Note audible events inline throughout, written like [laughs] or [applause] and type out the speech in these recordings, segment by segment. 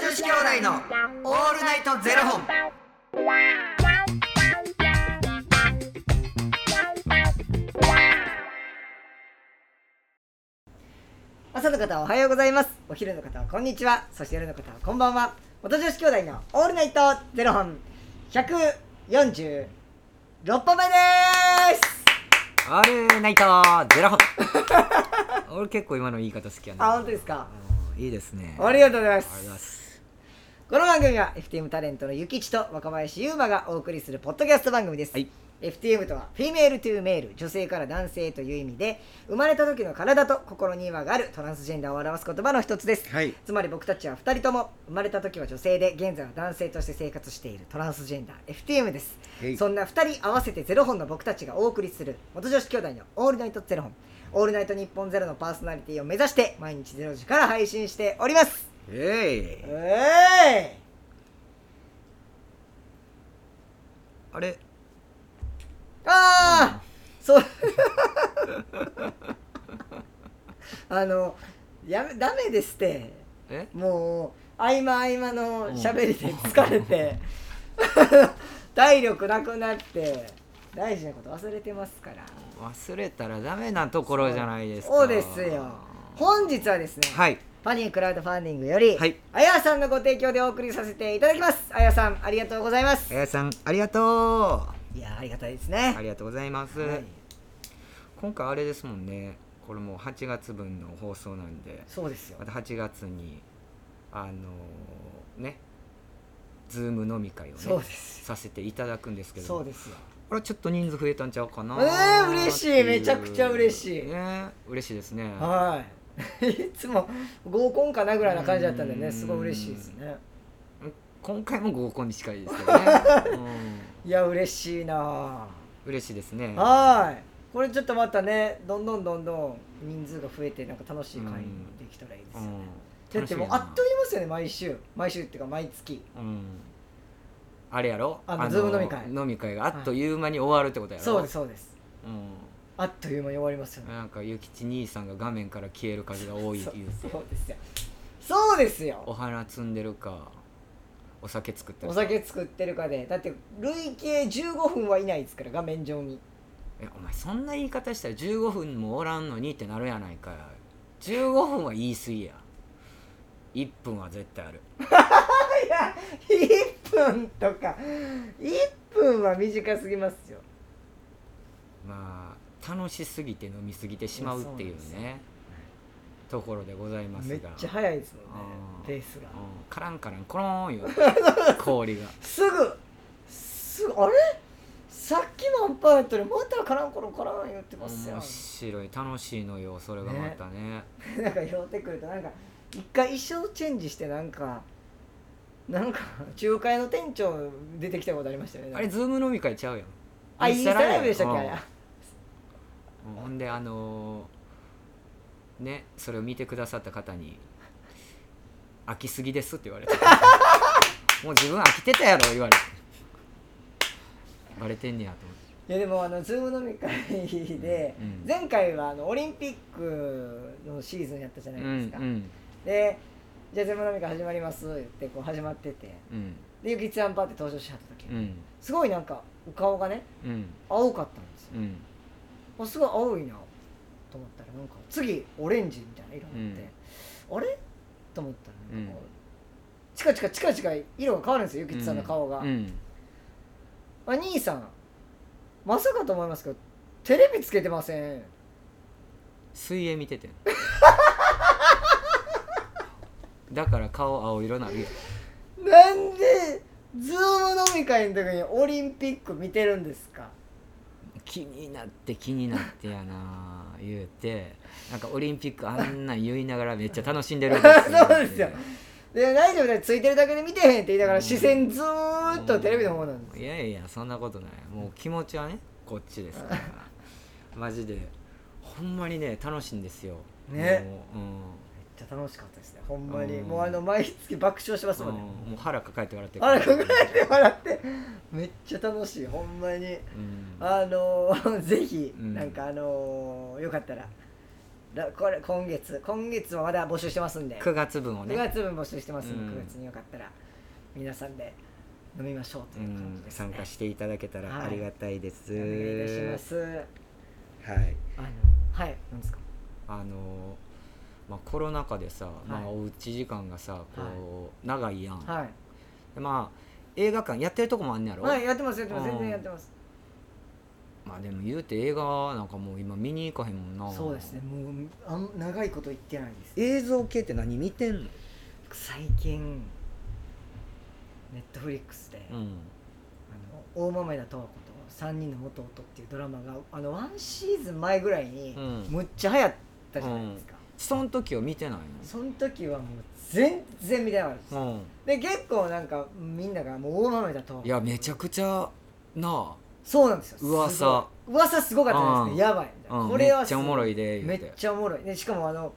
子兄弟のオールナイトゼロ本。朝の方はおはようございますお昼の方はこんにちはそして夜の方はこんばんは元女子兄弟のオールナイトゼロ本146本目ですオールナイトゼロ本 [laughs] 俺結構今の言い方好きやあな、本当ですかいいですねありがとうござあいまりがとうございすますこの番組は FTM タレントのゆきちと若林優馬がお送りするポッドキャスト番組です、はい FTM とはフィメールトゥーメール女性から男性という意味で生まれた時の体と心に違和があるトランスジェンダーを表す言葉の一つです、はいつまり僕たちは2人とも生まれた時は女性で現在は男性として生活しているトランスジェンダー FTM ですはいそんな2人合わせてゼロ本の僕たちがお送りする元女子兄弟の「オールナイトゼロ本」「オールナイト日本ゼロのパーソナリティを目指して毎日ゼロ時から配信しておりますえいえいあれああ、そう [laughs] あのやめダメですってえもう合間合間のうん喋りで疲 [laughs] れて体力なくなって大事なこと忘れてますから忘れたらダメなところじゃないですかそうですよ本日はですね、はいファニークラウドファンディングより、はいあやさんのご提供でお送りさせていただきますあやさんありがとうございますあやさんありがといやありがたいですうあねりがとうございます、はい今回あれですもんねこれもう8月分の放送なんでそうですよまた8月にあのーねズーム飲み会をそうねですさせていただくんですけどそうですよあれちょっと人数増えたんちゃうかなえー嬉しいってうめちゃくちゃ嬉しいね嬉しいですねはいい [laughs] つも合コンかなぐらいな感じだったんでうねんすごい嬉しいですね今回も合コンに近いですけ [laughs] どね、いや嬉しいなうん、嬉しいですねはいこれちょっとまたねどんどんどんどん人数が増えてなんか楽しい会にできたらいいですようね、んだってもうあっという間ですよね毎週毎週っていうか毎月うんあれやろあのズーム飲み会飲み会があっという間に終わるってことやろ、そうです、そうですうあっという間に終わりますよん、ねなんか諭吉兄さんが画面から消える数が多いそ言ううてそうですよそうですおよ花摘んでるかお酒作ってるおか酒作ってるかでだって累計15分はいないですから画面上に [laughs] えお前そんな言い方したら15分もおらんのにってなるやないかい15分は言い過ぎや1分は絶対あるいや1分とか1分は短すぎますよまあ楽しすぎて飲みすぎてしまうっていういやそうなんねところでございますがめっちゃ早いですもんねあーペースがうんカランカランコローンよ氷が [laughs] すぐすぐあれさっきもアンパンやったのにまたカランコロンカラン言ってますよ面白い楽しいのよそれがまたねなんか酔ってくるとなんか一回衣装チェンジしてなんかなんか仲介の店長出てきたことありましたよねあれズーム飲み会ちゃうやんあインスタライブでしたっけうんあれうんほんであのーねそれを見てくださった方 [laughs] に「飽きすぎです」って言われて「もう自分飽きてたやろ」言われてバレてんねやと思っていやでもあのズーム飲み会で、うん前回はあのオリンピックのシーズンやったじゃないうですか、んでじゃあズーム飲み会始まりますってこう始まっててうんうんでゆきちゃんパーって登場しはった時、うんすごいなんかお顔がねうん青かったんですようんあすごい青いなと思ったらなんか次オレンジみたいな色になって、あれと思ったらなんかこう、うんチカチカチカチカ色が変わるんですよゆきちさんの顔が、うんあ兄さんまさかと思いますけどテレビつけてません水泳見て [laughs] てんだから顔青色なるよなんでズーム飲み会の時にオリンピック見てるんですか気になって気になってやな [laughs] 言うてなんかオリンピックあんなん言いながらめっちゃ楽しんでるん [laughs] そうですよで大丈夫だよついてるだけで見てへんって言いながら視線ずーっとテレビの方なんですいやいやそんなことないもう気持ちはねこっちですから [laughs] マジでほんまにね楽しいんですよねもう,、めっちゃ楽しかったですねほんまにうんもうあの毎月爆笑しますうんもんうんねもう腹抱えて笑ってるあれ考えて [laughs] 笑ってめっちゃ楽しいほんまにうんあのー [laughs] ぜひうんなんかあのーよかったららこれ今月今月もまだ募集してますんで9月分を9ね、月分募集してますんで、うん9月によかったら皆さんで飲みましょうとういう感じん、ですね、参加していただけたらはいありがたいです、お願いいたしますはいあのはいなんですかあのまあ、コロナ禍でさ、まはいあ、おうち時間がさこう、長いやん、はいでまあ映画館やってるとこもあんねやろ、はいやってますやってまうすん全然やってますまあでも言うて映画なんかもう今見に行かへんもんなそうですねもうあん長いこと言ってないです映像系って何見てんの最近ネットフリックスで、うあんの大豆田十和子と3人の元夫っていうドラマがあのワンシーズン前ぐらいにうんむっちゃ流行ったじゃないですか、その時は見てないその時はもう全然見てなかったです、ので結構なんかみんながもう大豆田とうんいやめちゃくちゃなそうなんですよ噂すごい噂すごかったですね、うんやばいみあ、たいな、うん、これはめっちゃおもろいでめ言うってちゃおもろいでしかもあの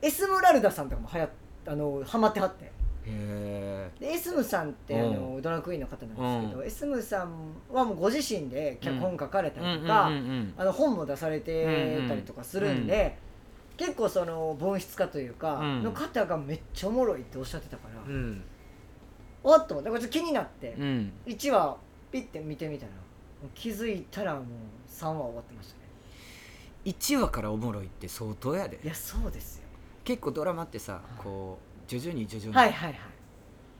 エスムラルダさんとかもはやあのハマってはってへでエスムさんってあの、うドラクイの方なんですけど、うエスムさんはもうご自身で脚本書かれえたうんりうんとうんか、うんあの本も出されてたりとかするんで、結構その文筆家というか、うんの方がめっちゃおもろいっておっしゃってたから、うんおっと思ってこれちょっと気になって、うん1話ピッて見てみたら気づいたらもう3話終わってましたね1話からおもろいって相当やでいやそうですよ結構ドラマってさこう徐々に徐々に、はいはいは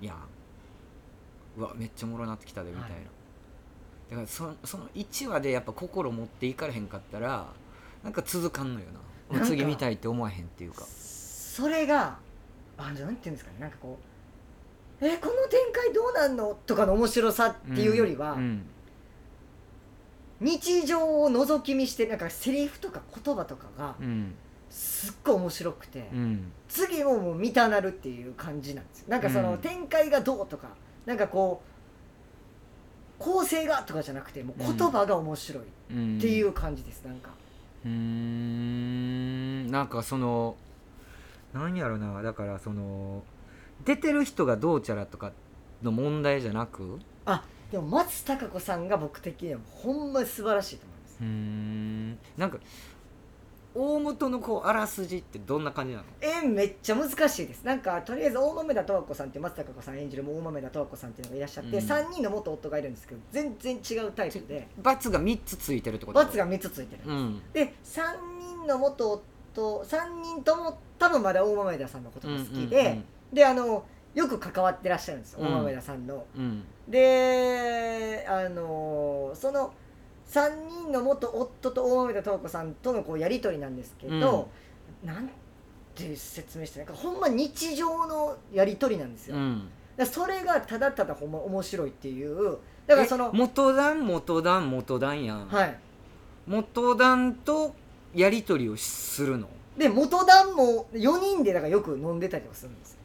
いやんうわめっちゃおもろなってきたでみたいな、はいだからそその1話でやっぱ心持っていかれへんかったらなんか続かんのよななんか次見たいって思わへんっていうかそれがあなんていうんですかねなんかこうえこの展開どうなんのとかの面白さっていうよりは、んん日常を覗き見してなんかセリフとか言葉とかがうんすっごい面白くて、うん次ももう見たなるっていう感じなんですよなんかその、うん展開がどうとかなんかこう構成がとかじゃなくてもう言葉が面白いっうんていう感じです、なんかうーんなんかそのなんやろなだからその出てる人がどうちゃらとかの問題じゃなくでも松たか子さんが僕的にはほんまに素晴らしいと思いますうーんなんか大元のこうあらすじってどんな感じなのえめっちゃ難しいですなんかとりあえず大豆田十和子さんっていう松たか子さん演じる大豆田十和子さんっていうのがいらっしゃって、うん3人の元夫がいるんですけど全然違うタイプで罰が3つついてるってこと罰が3つついてる、うんで3人の元夫3人とも多分まだ大豆田さんのことが好きで、であのよく関わってらっしゃるんですようん大豆田さんの。うんうんであのその3人の元夫と大豆田十和子さんとのこうやり取りなんですけど、なんて説明してなんかほんま日常のやり取りなんですうよ。んうんだからそれがただただほんま面白いっていうだからそのえ元団元団元団やん、はい元団とやり取りをするので元旦も4人でだからよく飲んでたりもするんですよ。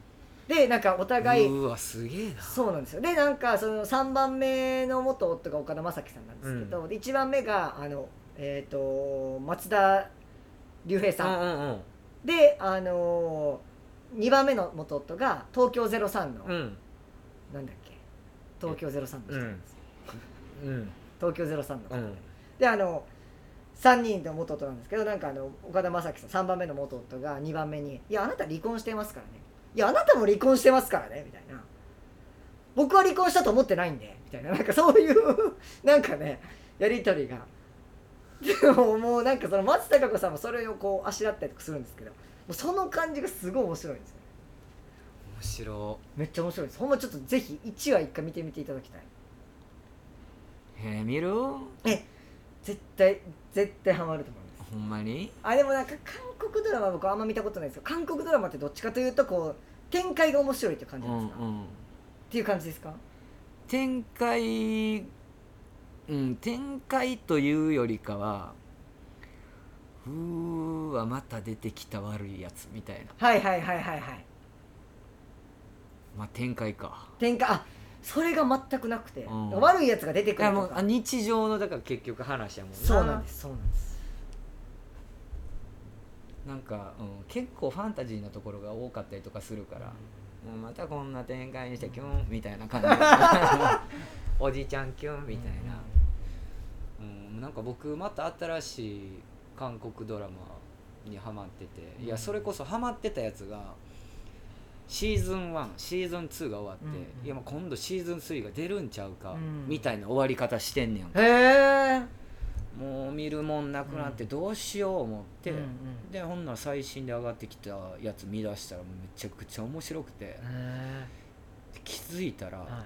でなんかお互いうわすげえなそうなんですよでなんかその3番目の元夫が岡田将生さんなんですけど、で1番目があの、えー、と松田龍平さん、うんで、あのー、2番目の元夫が東京03の、うんうんなんだっけ東京03の人なんですよ、うん東京03の方、うんであの3人の元夫なんですけどなんかあの岡田将生さん3番目の元夫が2番目に「いやあなた離婚してますからね」「いやあなたも離婚してますからね」みたいな「僕は離婚したと思ってないんで」みたいななんかそう [laughs] いうなんかねやり取りがでももうなんかその松たか子さんもそれをこうあしらったりとかするんですけどもうその感じがすごい面白いんですよね面白めっちゃ面白いですほんまちょっとぜひ1話1回見てみていただきたいへえ見るほ絶対絶対ハマると思いますんまにあでもなんか韓国ドラマ僕あんま見たことないんですよ韓国ドラマってどっちかというとこう展開が面白いっていうう感んじなんうですか、っんていう感じですか展開うん展開というよりかはうーわまた出てきた悪いやつみたいなはいはいはいはいはいまあ展開か展開あそれが全くなくて、うん悪いやつが出ていくるやともうかあ日常のだから結局話やもんなそうなんですそうなんですなんか、うん、結構ファンタジーなところが多かったりとかするから、もうまたこんな展開にしてキュンみたいな [laughs] 感じおじちゃんキュンみたいな、うんなんか僕また新しい韓国ドラマにハマってていやそれこそハマってたやつがシーズン1シーズン2が終わって、うんうんいやもう今度シーズン3が出るんちゃうか、うんみたいな終わり方してんねんへえもう見るもんなくなってどうしよう思って、うんうんでほんなら最新で上がってきたやつ見出したらもうめちゃくちゃ面白くて、へ気づいたら、ーは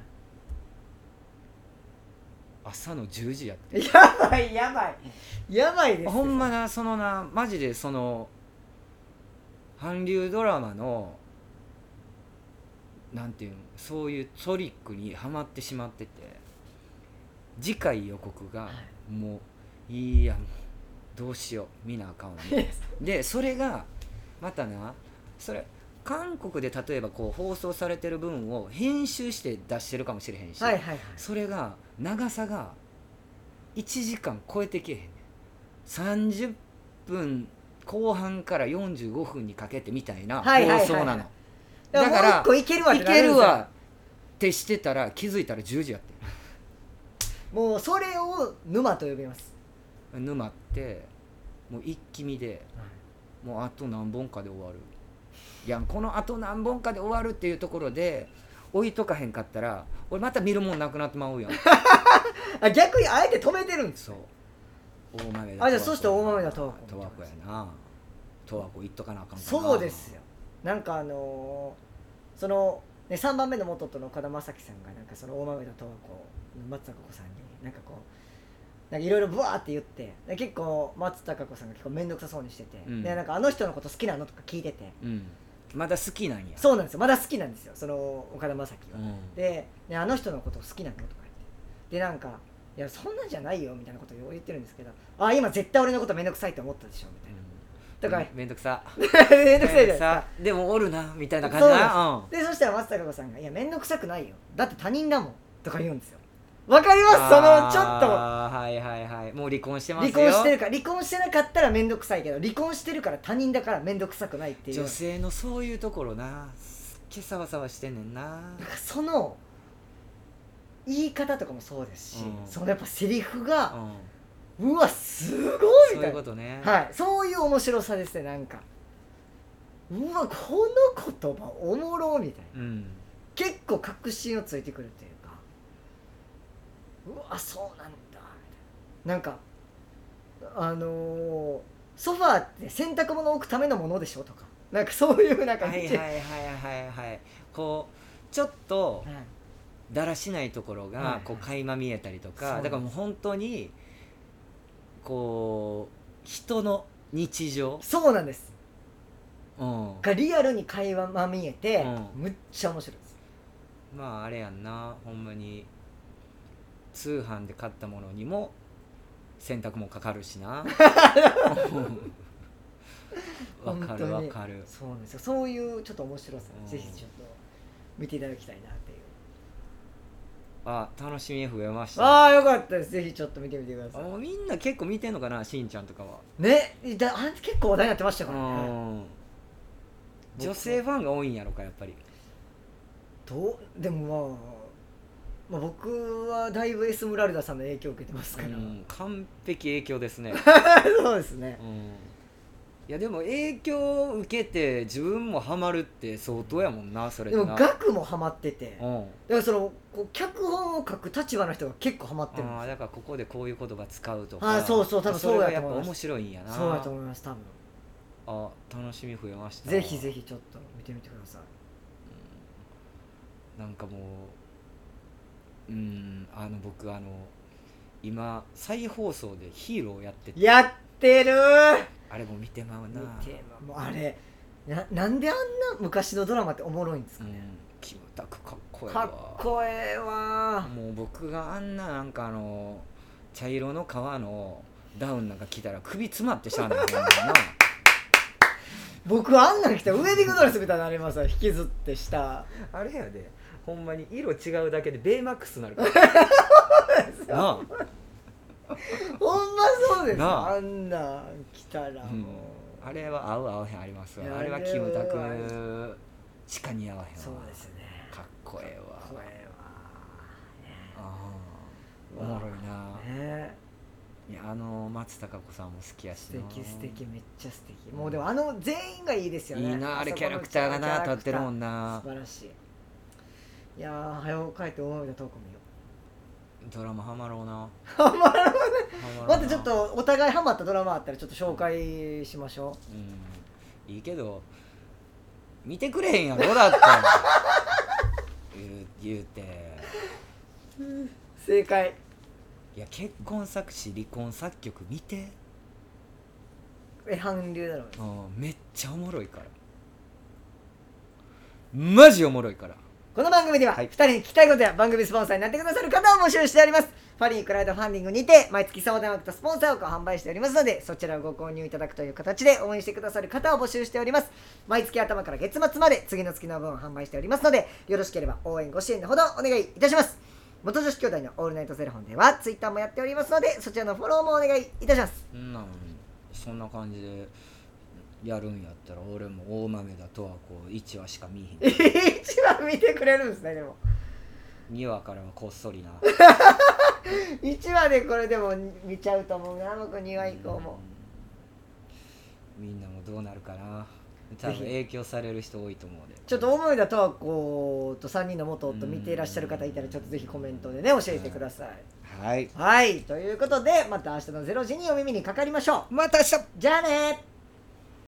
朝の10時やっていやばいやばいやばいですほんまなそのなマジでその韓流ドラマのなんていうのそういうトリックにはまってしまってて次回予告がはもういいやもうどうしよう見なあかんわいやでそれがまたなそれ韓国で例えばこう放送されてる分を編集して出してるかもしれへんし、はいはいはいそれが長さが1時間超えてけえへんねん30分後半から45分にかけてみたいなはいはいはい放送なの、だからだかもう一個いけるわらっいてなるけんですよるわってしてたら気づいたら10時やってもうそれを沼と呼びまする沼ってもう一気見でもうあと何本かで終わるいやこのあと何本かで終わるっていうところで置いとかへんかったら俺また見るもんなくなってまうやんあ逆にあえて止めてるんですそう大豆だあじゃあそして大豆だ十和子十和子やな十和子行っとかなあかんかなそうですよなんかあのーその、ね、3番目の元との岡田将生さんがなんかその大豆田十和子の松たか子さんになんかこうなんかいろいろブワーって言ってで結構松たか子さんが結構面倒くさそうにしてて、うんでなんかあの人のこと好きなのとか聞いててうんまだ好きなんやそうなんですよまだ好きなんですよその岡田将生は、んで、ね、あの人のこと好きなのとか言ってでなんか「いやそんなんじゃないよ」みたいなことを言ってるんですけど「あ今絶対俺のこと面倒くさいと思ったでしょ」みたいなだからめんどくさ [laughs] 面倒くさいじゃないですかさでもおるなみたいな感じそうななんですでそしたら松たか子さんが「いや面倒くさくないよだって他人だもん」とか言うんですよわかりますそのちょっとあーはいはいはいもう離婚してます離よ婚してるから離婚してなかったら面倒くさいけど離婚してるから他人だから面倒くさくないっていう女性のそういうところなすっげえサワサワしてんねん [laughs] ななんかその言い方とかもそうですし、うんそのやっぱセリフうが、んうわすごいそうみいたういなことねはい、そういう面白さですねなんかうわこの言葉おもろみたいなうん結構確信をついてくるというかうわそうなんだみたいななんかあのーソファーって洗濯物を置くためのものでしょとかなんかそういうなんかはいはいはいはいはいこうちょっとはいだらしないところはいはがいこう垣間見えたりとか、そうですだからもう本当にこう人の日常、そうなんですうん、がリアルに会話まみえて、うんむっちゃ面白いですまああれやんなほんまに通販で買ったものにも洗濯もかかるし [laughs] なわか本当るにわかるそうなんですよそういうちょっと面白さ、うんぜひちょっと見ていただきたいなっていうあ楽しみ増えましたああよかったですぜひちょっと見てみてくださもうみんな結構見てんのかなしんちゃんとかは、いねだあ結構話題になってましたうからねん、女性ファンが多いんやろかやっぱりどうでもまあ、まあ、僕はだいぶエスムラルダさんの影響を受けてますから、うん、完璧影響ですね、 [laughs] そうですねうん、いやでも影響を受けて自分もハマるって相当やもんなそれでってもな額もハマっててだかうんらそのこう脚本を書く立場の人が結構ハマってるんあであだすよからここでこういう言葉使うとあかあそうそう多分そうれがやとやっ思ぱいます面白いんやなそうだと思います多分あ楽しみ増えましたぜひぜひちょっと見てみてくださいなんかもううんあの僕あの今再放送でヒーローやっててやってるーあれも見てまう見なてもうあれななんであんな昔のドラマっておもろいんですうかんね、キムタクかっこええわかっこええわもう僕があんななんかあの茶色の革のダウンなんか着たら首詰まってしゃあないと思うな僕あんなん着たらウェディングドレスみたいになりますよ引きずって下 [laughs] あれやでほんまに色違うだけでベイマック [laughs] スになるからなほんまそうですよなああんなん着たらあ、もう、あれは合う合わへんありますわいやあれはあれはキムタクしか似合わへんわそうですねかっこええわかっこえああおもろいな、えわねえいやあの松たか子さんも好きやし素な敵素敵めっちゃ素敵もうでもあの全員がいいですよねいいなあれキャラクターがな立ってるもん素な晴らしいいやー早う帰って思いのトーク見よドラマ [laughs] ハマろうなうハマらないうまたちょっ、とお互いハマったドラマあったらちょっと紹介しましょうん、いいけど見てくれへんやろだって [laughs] 言う言うてう正解いや結婚作詞離婚作曲見て、え韓流だろううん、めっちゃおもろいからマジおもろいからこの番組でははい2人に聞きたいことや番組スポンサーになってくださる方を募集しておりますファリークラウドファンディングにて毎月相談枠とスポンサー枠を販売しておりますのでそちらをご購入いただくという形で応援してくださる方を募集しております毎月頭から月末まで次の月の分を販売しておりますのでよろしければ応援ご支援のほどお願いいたします元女子兄弟のオールナイトゼロ本ではツイッターもやっておりますのでそちらのフォローもお願いいたしますうんなんそんな感じでやるんやったら俺も大豆だとはこう1話しか見えへん [laughs] 一番見てくれるんですねでも2話からはこっそりな1話でこれでも見ちゃうと思うな僕2話以降もうんみんなもどうなるかな多分ぜひ影響される人多いと思うでちょっと思いだとはこうと3人の元夫見ていらっしゃる方いたらちょっとぜひコメントでね教えてください、はいはいということでまた明日の0時にお耳にかかりましょうまた明日じゃあね